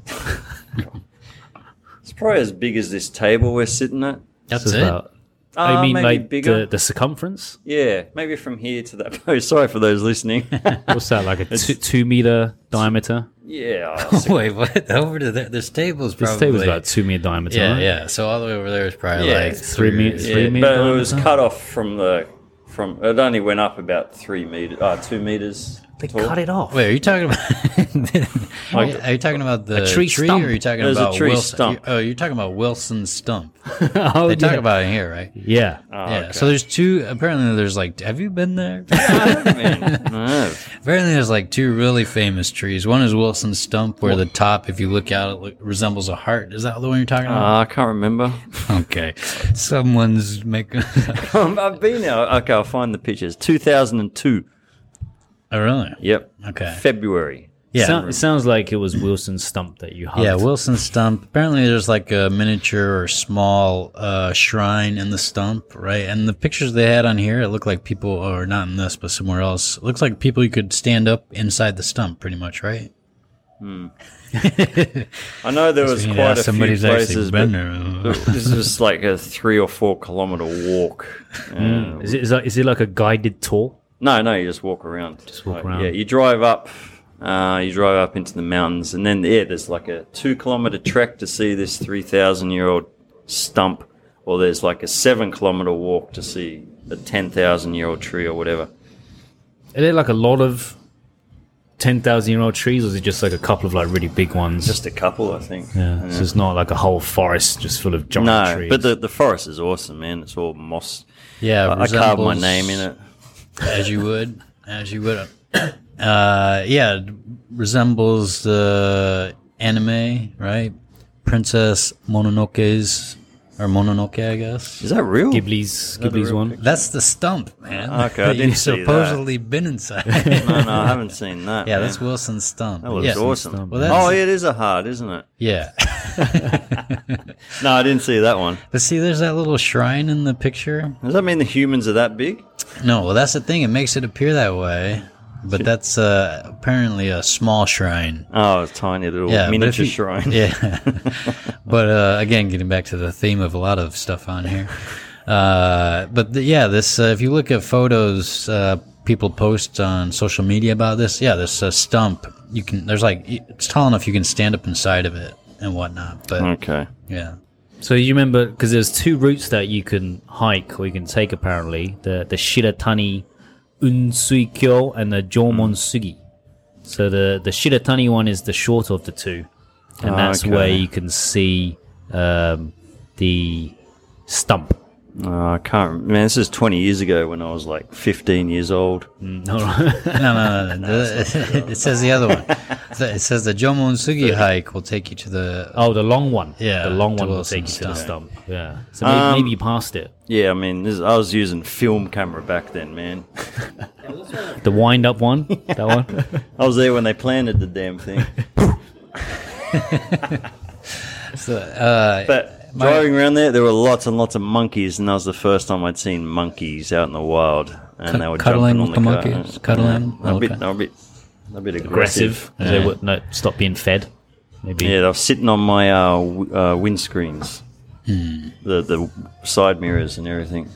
E: was probably as big as this table we're sitting at.
D: That's
C: It's
D: it.
C: about-
E: Ah,
C: I Oh, mean,
E: maybe
C: like
E: bigger.
C: the, the circumference.
E: Yeah, maybe from here to that post. Sorry for those listening.
C: What's that? Like a two, two meter diameter.
E: yeah,
D: Wait, what? Over to there? There's tables
C: Oh, This
D: probably.
C: table's about two meter diameter.
D: Yeah,
C: right?
D: yeah. So all the way over there is probably
E: Yeah,
D: like
E: it's
C: three meters.
E: yeah,
C: Three meter
E: but it was
C: diameter?
E: cut off from the from. It only went up about three meters, uh, two meters.
C: They
E: tall.
C: cut it off.
D: Wait, are you talking about? are you talking about the
C: tree
D: or
C: stump.
D: are you talking
E: There's a
D: about
E: tree
D: Wilson?
E: stump.
D: Oh, you're talking about Wilson's stump.
C: oh,
D: They talk
C: yeah.
D: about Oh. it here, right?
C: yeah.
E: Ah,
D: yeah. So there's two. Apparently, there's like. Have you been there? apparently, there's like two really famous trees. One is Wilson's stump, where the top, if you look out, it look- resembles a heart. Is that the one you're talking about?
E: Ah, I can't remember.
D: okay, someone's Oh, making.
E: Um, I've been there. Okay, I'll find the pictures. 2002.
D: oh, really?
E: Yep.
D: Okay.
E: February.
D: Yeah.
C: Sound- it sounds like it was Wilson's stump that you hugged.
D: Yeah, Wilson Stump. Apparently, there's like a miniature or small uh, shrine in the stump, right? And the pictures they had on here, it looked like people, or not in this, but somewhere else, it looks like people you could stand up inside the stump, pretty much, right?
E: I know there was
D: Yeah,
E: quite a few
D: somebody's
E: places,
D: actually
E: but
D: been there.
E: this was like a three or four kilometer walk. Uh,
C: Is it, is, that, is it like a guided tour?
E: No, no, you just walk around. Just
C: walk around.
E: Yeah, you drive up. Uh, you drive up into the mountains, and then yeah, there's like a two kilometer trek to see this three thousand year old stump, or there's like a seven kilometer walk to see a ten thousand year old tree or whatever.
C: Are there like a lot of 10,000 year old trees, or is it just like a couple of like really big ones?
E: Just a couple, I think.
C: yeah. So it's not like a whole forest just full of giant
E: No,
C: trees.
E: but the, the forest is awesome, man. It's all moss.
D: yeah,
E: I carved my
D: resembles-
E: name in it.
D: as you would, as you would. Uh, yeah, it resembles the anime, right? Princess Mononoke's or Mononoke, I guess.
E: Is that real?
C: Ghibli's, Ghibli's one.
D: That's the stump, man.
E: Okay, I
D: that
E: didn't
D: you've
E: see that.
D: supposedly been inside.
E: No, no, I haven't seen that.
D: yeah,
E: man.
D: that's Wilson's stump.
E: that looks
D: yeah.
E: awesome.
D: Well, that's-
E: oh, yeah, it is a heart, isn't it?
D: Yeah,
E: No, I didn't see that one.
D: but see, there's that little shrine in the picture.
E: Does that mean the humans are that big?
D: No, well, that's the thing. It makes it appear that way, but that's uh, apparently a small shrine.
E: Oh, it's tiny little
D: yeah, but if
E: miniature
D: you-
E: shrine.
D: Yeah, but uh, again, getting back to the theme of a lot of stuff on here. Uh, but th yeah, this uh, if you look at photos, uh, people post on social media about this. Yeah, this uh, stump you can there's like it's tall enough you can stand up inside of it and whatnot. But
E: Okay.
D: yeah,
C: So you remember, because there's two routes that you can hike or you can take apparently the, the Shiratani Unsuikyo and the Jomonsugi. So the, the Shiratani one is the shorter of the two. And that's
E: Okay.
C: where you can see um, the stump.
E: Oh, I can't. Man, this is 20 years ago when I was like 15 years old.
C: All right.
D: No, no, no. no. The- it says the other one. So It says the Jomo and Sugi hike will take you to the.
C: oh, the long one.
D: Yeah,
C: the long
D: to
C: one will
D: Wilson
C: take you to the
D: Stump.
C: stump. Yeah. So maybe, maybe you passed it.
E: Yeah, I mean, this, I was using film camera back then, man.
C: The wind up one. That one.
E: I was there when they planted the damn thing.
D: So, uh,
E: But driving around there, there were lots and lots of monkeys, and that was the first time I'd seen monkeys out in the wild. And they were
D: cuddling
E: jumping on
D: with the
E: the car.
D: monkeys? Cuddling?
E: Yeah, a bit,
D: Okay.
E: a bit, a bit aggressive.
C: Aggressive. They would no, stop being fed. Maybe.
E: Yeah, they were sitting on my uh, w- uh, windscreens, the the side mirrors and everything.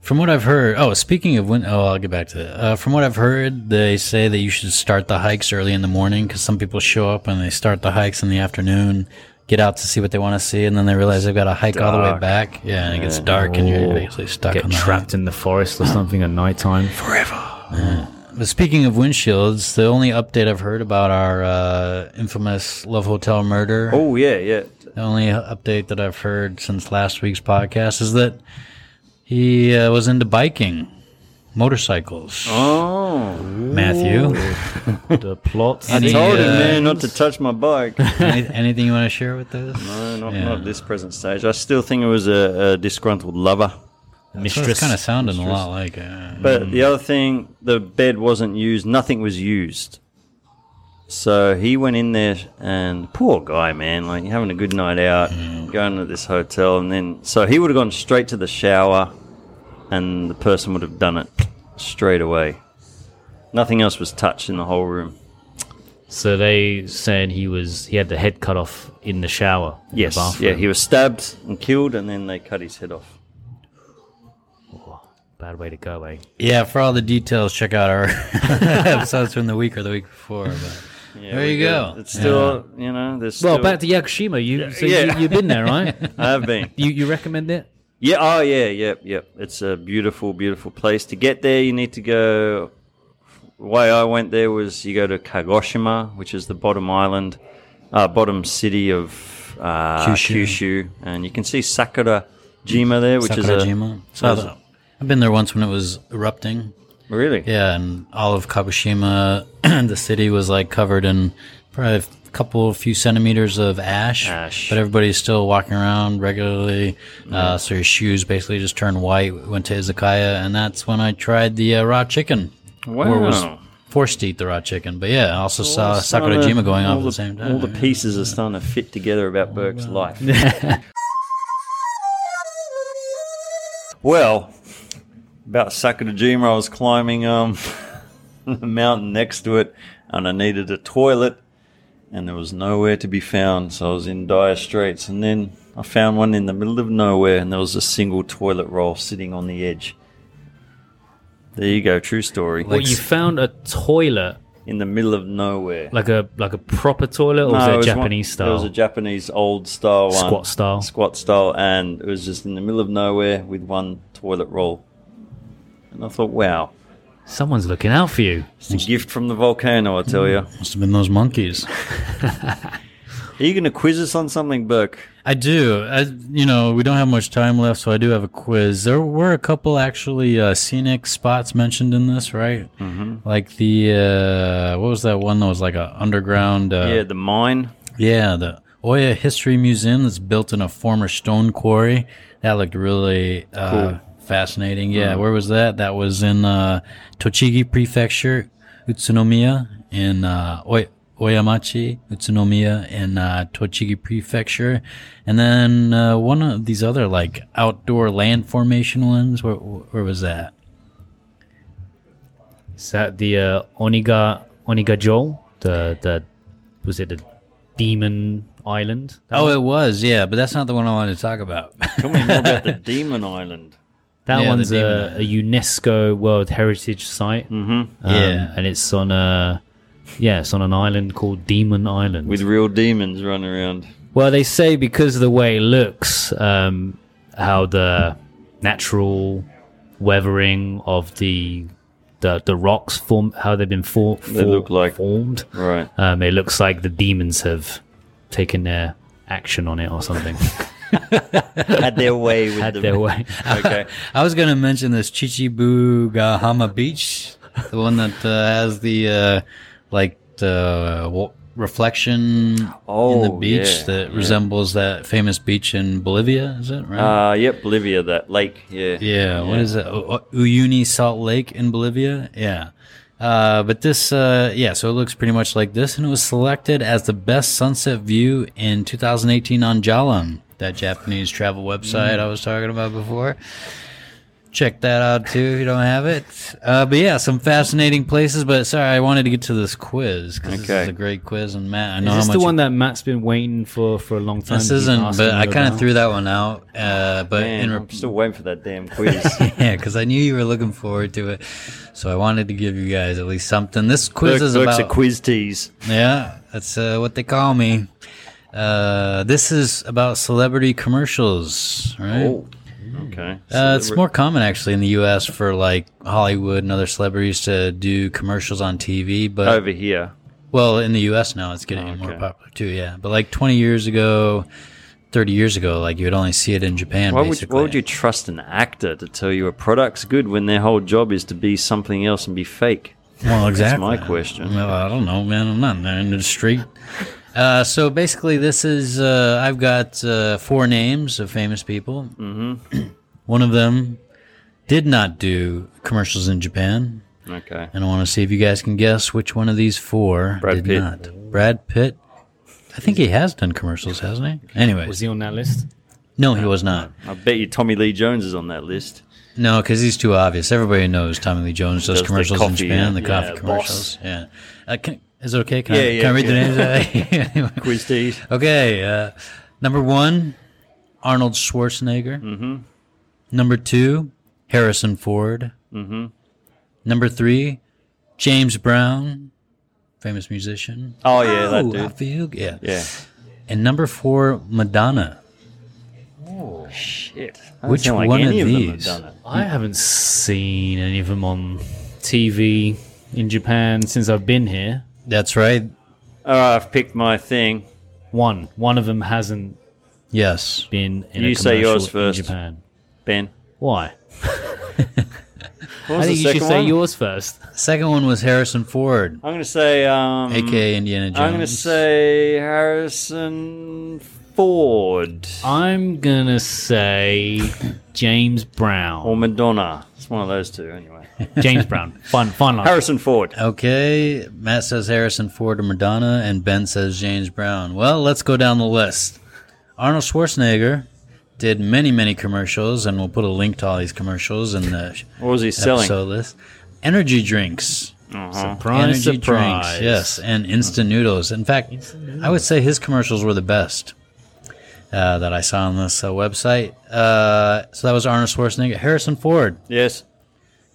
D: from what I've heard, oh, speaking of when, oh, I'll get back to that. Uh, from what I've heard, they say that you should start the hikes early in the morning because some people show up and they start the hikes in the afternoon, get out to see what they want to see, and then they realize they've got to hike all the way
E: Dark.
D: back. Yeah, and it gets dark and you're
C: Oh.
D: basically stuck on
C: Get
D: the
C: trapped in the forest or something at nighttime.
D: But speaking of windshields, the only update I've heard about our uh, infamous Love Hotel murder.
E: Oh yeah, yeah.
D: The only update that I've heard since last week's podcast is that he uh, was into biking, motorcycles.
E: Oh,
D: Matthew,
C: the plot.
D: I
E: I
D: The,
E: told him,
D: uh,
E: man, not to touch my bike.
D: any, anything you want to share with us?
E: No, not,
D: Yeah.
E: not at this present stage. I still think it was a, a disgruntled lover.
D: It's
C: mistress.
D: kind of sounding a lot like. Uh,
E: But the other thing, the bed wasn't used. Nothing was used. So he went in there, and poor guy, man, like having a good night out,
D: Mm.
E: going to this hotel, and then so he would have gone straight to the shower, and the person would have done it straight away. Nothing else was touched in the whole room.
C: so they said he was he had the head cut off in the shower. in the
E: Yes,
C: bathroom.
E: yeah, he was stabbed and killed, and then they cut his head off.
C: Bad way to go, eh?
D: yeah, for all the details, check out our episodes from the week or the week before. But there
E: we
D: you go.
E: It's still, you know, there's.
C: Well,
E: still,
C: back to Yakushima. You, so
E: yeah.
C: you, you've been there, right?
E: I have been.
C: you, you recommend it?
E: Yeah. Oh, yeah. Yep. Yep. It's a beautiful, beautiful place. To get there, you need to go. The way I went there was you go to Kagoshima, which is the bottom island, uh, bottom city of uh,
D: Kyushu.
E: Kyushu. and you can see Sakura Jima there, which
D: Sakurajima.
E: is a
D: So I've been there once when it was erupting.
E: really
D: Yeah, and all of Kabushima, the city was like covered in probably a couple, few centimeters of ash.
E: Ash.
D: But everybody's still walking around regularly. Uh, so your shoes basically just turned white. We went to Izakaya, and that's when I tried the uh, raw chicken.
E: Wow.
D: Or was forced to eat the raw chicken. But yeah, I also saw Sakurajima going
E: all
D: off at the same time. Oh,
E: All the pieces are starting to fit together about Burke's life. well, about Sakurajima, I was climbing um, the mountain next to it, and I needed a toilet, and there was nowhere to be found, so I was in dire straits. And then I found one in the middle of nowhere, and there was a single toilet roll sitting on the edge. There you go, true story.
C: Well, you found a toilet,
E: in the middle of nowhere.
C: like a like a proper toilet, or was
E: No,
C: it
E: was one-
C: Japanese
E: It
C: style?
E: was a Japanese old style one.
C: Squat style.
E: Squat style, and it was just in the middle of nowhere with one toilet roll. And I thought, wow,
C: Someone's looking out for you.
E: it's a gift from the volcano, I tell you.
D: Must have been those monkeys.
E: Are you going to quiz us on something, Burke?
D: I do. I, you know, we don't have much time left, so I do have a quiz. There were a couple actually uh, scenic spots mentioned in this, right? Mm-hmm. Like the uh, what was that one that was like a underground? Uh,
E: yeah, the mine.
D: yeah, the Oya History Museum that's built in a former stone quarry. That looked really uh, fascinating. Yeah, where was that? That was in uh, Tochigi Prefecture, Utsunomiya, in uh, Oy- Oyamachi, Utsunomiya, in uh, Tochigi Prefecture. And then uh, one of these other like outdoor land formation ones. Where, where was that?
C: Is that the uh, Oniga Oniga Joel? The the was it the demon island? That,
D: Oh, it was, yeah, but that's not the one I wanted to talk about.
E: Tell me more about the Demon Island.
C: that
D: yeah, the
C: one's
D: demon
C: a, a UNESCO World Heritage Site. Mm-hmm.
D: Yeah.
C: and it's on a yeah, it's on an island called Demon Island.
E: With real demons running around.
C: Well, they say because of the way it looks, um, how the natural weathering of the the, the rocks form, how they've been for,
E: They look like-
C: formed.
E: Right.
C: Um, it looks like the demons have taken their action on it or something.
E: Had their way with
C: Had
E: the
C: their way.
E: Okay.
D: I was going to mention this Chichibugahama Beach, the one that uh, has the uh, like the wa- reflection in the
E: Oh,
D: beach
E: yeah,
D: that
E: yeah.
D: resembles that famous beach in Bolivia. Is it right?
E: Uh, yep, Bolivia, that lake. Yeah.
D: Yeah, what is it? U- U- Uyuni Salt Lake in Bolivia? Yeah. Uh, but this, uh, yeah, so it looks pretty much like this, and it was selected as the best sunset view in 2018 on Jalan, that Japanese travel website
C: Mm.
D: I was talking about before. Check that out too if you don't have it. Uh, but yeah, some fascinating places. But sorry, I wanted to get to this quiz because this
E: Okay.
D: is a great quiz, and Matt, I know
C: Is
D: how
C: this
D: much
C: the one that Matt's been waiting for for a long time?
D: this
C: to keep
D: isn't.
C: asking
D: But I
C: you
D: kind of
C: about?
D: threw that one out. Uh, but
E: Man,
D: in re-
E: I'm still waiting for that damn quiz.
D: yeah, because I knew you were looking forward to it, so I wanted to give you guys at least something. This quiz
E: Burke-
D: is
E: Burke's
D: about
E: a quiz tease.
D: yeah, that's uh, what they call me. Uh, this is about celebrity commercials, right?
E: Oh, Okay.
D: Uh, it's more common actually in the U.S. for like Hollywood and other celebrities to do commercials on TV, but
E: Over here.
D: well, in the U.S. now, it's getting more
E: Oh, okay.
D: popular too. Yeah, but like 20 years ago, 30 years ago, like you would only see it in Japan.
E: Why would,
D: basically.
E: why would you trust an actor to tell you a product's good when their whole job is to be something else and be fake?
D: Well, exactly.
E: my question.
D: Well, I don't know, man. I'm not in the industry. Uh, so basically, this is uh, I've got uh, four names of famous people. Mm-hmm. One of them did not do commercials in Japan,
E: Okay.
D: and I want to see if you guys can guess which one of these four
E: Brad
D: did
E: Pitt.
D: not. Brad Pitt. I think he has done commercials, hasn't he?
C: Was
D: Anyways,
C: he on that list?
D: no, he was not.
E: I bet you Tommy Lee Jones is on that list.
D: No, because he's too obvious. Everybody knows Tommy Lee Jones does,
E: Does the
D: commercials in
E: coffee,
D: Japan,
E: yeah.
D: the coffee
C: Yeah, boss.
D: commercials. Yeah. Uh, can, is it okay? Can, I,
E: Yeah,
D: can I read
E: yeah,
D: the names?
E: Quiz tease.
D: okay. Uh, number one, Arnold Schwarzenegger. Mm-hmm. Number two, Harrison Ford. Mm-hmm. Number three, James Brown, famous musician.
E: Oh, yeah, that
D: Oh, I
E: dude.
D: feel- yeah.
E: Yeah.
D: And number four, Madonna.
E: Shit.
D: Which one of these?
C: I haven't seen any of them on TV in Japan since I've been here.
D: That's right.
E: All right, I've picked my thing.
C: One, one of them hasn't
D: Yes.
C: been in a
E: You say
C: commercial
E: yours first.
C: in Japan.
E: Ben.
C: Why?
E: What was
C: I think
E: the
C: you should
E: second
C: say
E: one?
C: yours first.
D: Second one was Harrison Ford,
E: I'm going to say. Um,
D: aka Indiana Jones.
E: I'm going to say Harrison Ford
C: I'm gonna say James
E: or
C: Brown.
E: Madonna. It's one of those two, anyway.
C: James Brown. Fun, fun. line.
E: Harrison Ford.
D: Okay, Matt says Harrison Ford or Madonna, and Ben says James Brown. Well, let's go down the list. Arnold Schwarzenegger did many, many commercials, and we'll put a link to all these commercials in the sh-
E: What was he selling?
D: episode list. Energy drinks.
C: Surprise,
D: Energy
C: surprise.
D: drinks, yes, and instant noodles. In fact, I would say his commercials were the best uh, that I saw on this uh, website. Uh, so that was Arnold Schwarzenegger. Harrison Ford,
E: Yes.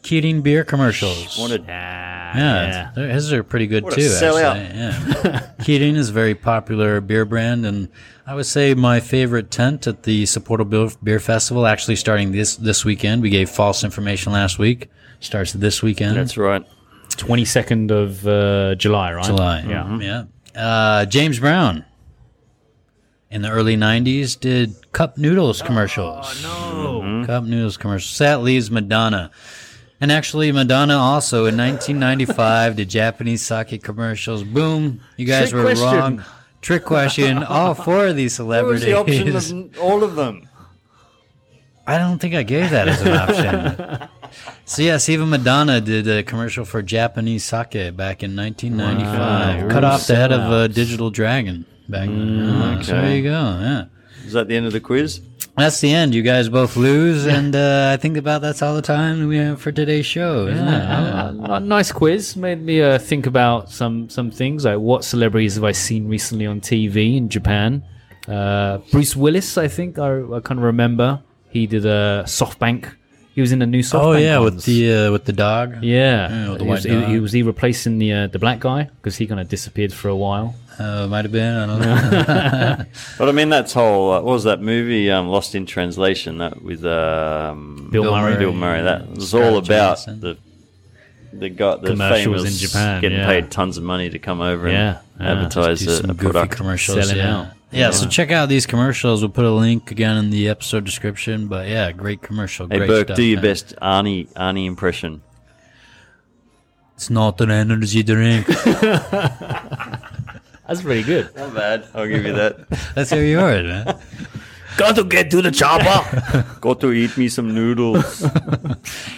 D: Keating beer commercials.
E: What a
C: Ah,
D: yeah,
C: yeah.
D: they're- his are pretty good
E: What a
D: too.
E: sellout.
D: Actually. Yeah. Keating is a very popular beer brand, and I would say my favorite tent at the Supportal Beer, beer Festival, actually starting this this weekend. We gave false information last week. Starts this weekend.
E: That's right.
C: Twenty second of uh, July, right?
D: July.
C: Yeah.
D: Yeah. Uh, James Brown in the early 90s did cup noodles commercials. Oh, no. Cup noodles commercials. That leaves Madonna. And actually, Madonna also in 1995 did Japanese sake commercials. Boom. You guys
E: Trick
D: were
E: question.
D: wrong. Trick question. All four of these
E: What was
D: celebrities.
E: the option of all of them?
D: I don't think I gave that as an option. so yes, even Madonna did a commercial for Japanese sake back in 1995. Cut off the head of a digital dragon back then. Yeah, So there
E: Mm, okay.
D: you go. Yeah.
E: Is that the end of the quiz?
D: That's the end. You guys both lose, and uh, I think about that's all the time we have for today's show, isn't
C: Uh, a nice quiz made me uh, think about some some things like what celebrities have I seen recently on TV in Japan? Uh, Bruce Willis, I think I, I kind of remember. He did a SoftBank. He was in the new SoftBank.
D: it? Oh yeah, with
C: ones.
D: the uh, with the dog.
C: yeah.
D: Yeah, with the
C: he, was,
D: white
C: he-
D: dog.
C: he was he replacing the uh, the black guy because he kind of disappeared for a while.
D: uh, might have been. I don't know.
E: But I mean, that's whole. Uh, what was that movie? Um, Lost in Translation. That with um,
C: Bill Bill Murray. Murray.
E: Bill Murray. That was all
D: Scarlett
E: about
D: Johansson.
E: the the got the
C: Commercials
E: famous
C: in Japan,
E: getting
C: yeah.
E: paid tons of money to come over
C: Yeah,
E: and
C: yeah.
E: advertise
D: Do
E: a,
D: some
E: a
D: goofy
E: product.
D: commercials.
C: Selling
D: yeah.
C: out.
D: Yeah, so check out these commercials. We'll put a link again in the episode description. But yeah, great commercial.
E: Hey
D: great
E: Burke,
D: stuff,
E: do your
D: man.
E: best Arnie Arnie impression.
D: It's not an energy drink.
C: That's pretty good.
E: Not bad. I'll give you that.
D: That's how you are, man.
A: Got to get to the chopper.
E: Got to eat me some noodles.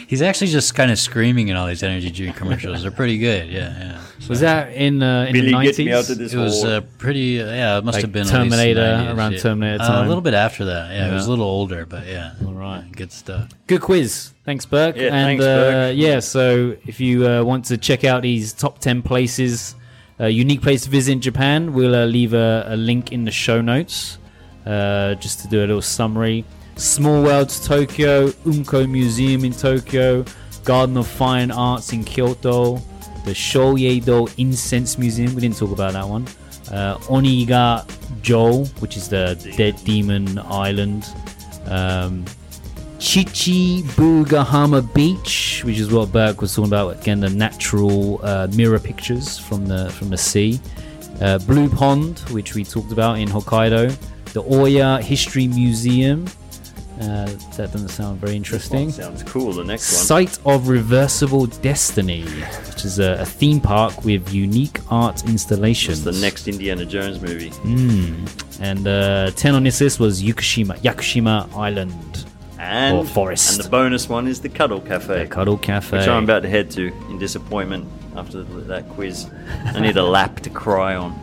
D: He's actually just kind of screaming in all these energy drink commercials. They're pretty good. Yeah, yeah.
C: Was that in uh, in
E: Billy,
C: the
E: get me out
C: nineties?
E: of this
D: It was
E: hole.
D: uh, pretty. Uh, yeah, it must
C: Like
D: have been at least
C: Terminator,
D: 90s,
C: around
D: yeah.
C: Terminator
D: Uh,
C: time.
D: a little bit after that. Yeah, it was a
C: Yeah.
D: little older, but yeah. All right, good stuff.
C: Good quiz. Thanks, Burke.
E: Yeah,
C: and
E: thanks,
C: uh,
E: Burke.
C: yeah, so if you uh, want to check out these top ten places, uh, unique place to visit in Japan, we'll uh, leave a, a link in the show notes uh, just to do a little summary. Small World to Tokyo, Umko Museum in Tokyo, Garden of Fine Arts in Kyoto, the Shoyeido Incense Museum. We didn't talk about that one. Uh, Oniga Jo, which is the dead demon island. Um, Chichibugahama Beach, which is what Burke was talking about again, the natural uh, mirror pictures from the from the sea. Uh, Blue Pond, which we talked about in Hokkaido. The Oya History Museum. Uh, that doesn't sound very interesting.
E: Sounds cool. The next one.
C: Site of Reversible Destiny, which is a, a theme park with unique art installations.
E: The next Indiana Jones movie.
C: Mm. And uh, 10 on this list was Yakushima, Yakushima Island.
E: And,
C: Or forest.
E: and the bonus one is the Cuddle Cafe.
C: The Cuddle Cafe.
E: Which I'm about to head to in disappointment after that quiz. I need a lap to cry on.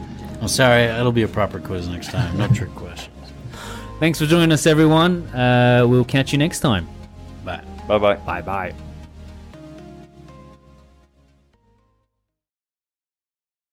D: I'm sorry. It'll be a proper quiz next time. No trick questions.
C: Thanks for joining us, everyone. Uh, we'll catch you next time.
D: Bye.
E: Bye bye.
C: Bye bye.